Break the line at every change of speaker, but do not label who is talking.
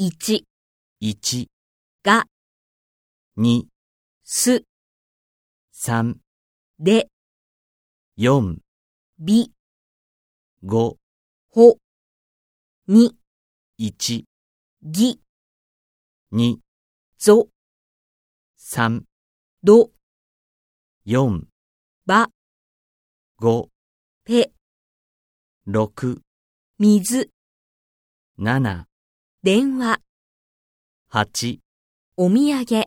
1、
1、
が、
2、
す、
3、
で、
4、
び、
5、
ほ、に、
1、
ぎ、
2、
ぞ、
3、
ど、
4、
ば、
5、
ぺ、
6、
水、
7、
電話、
8
お土産。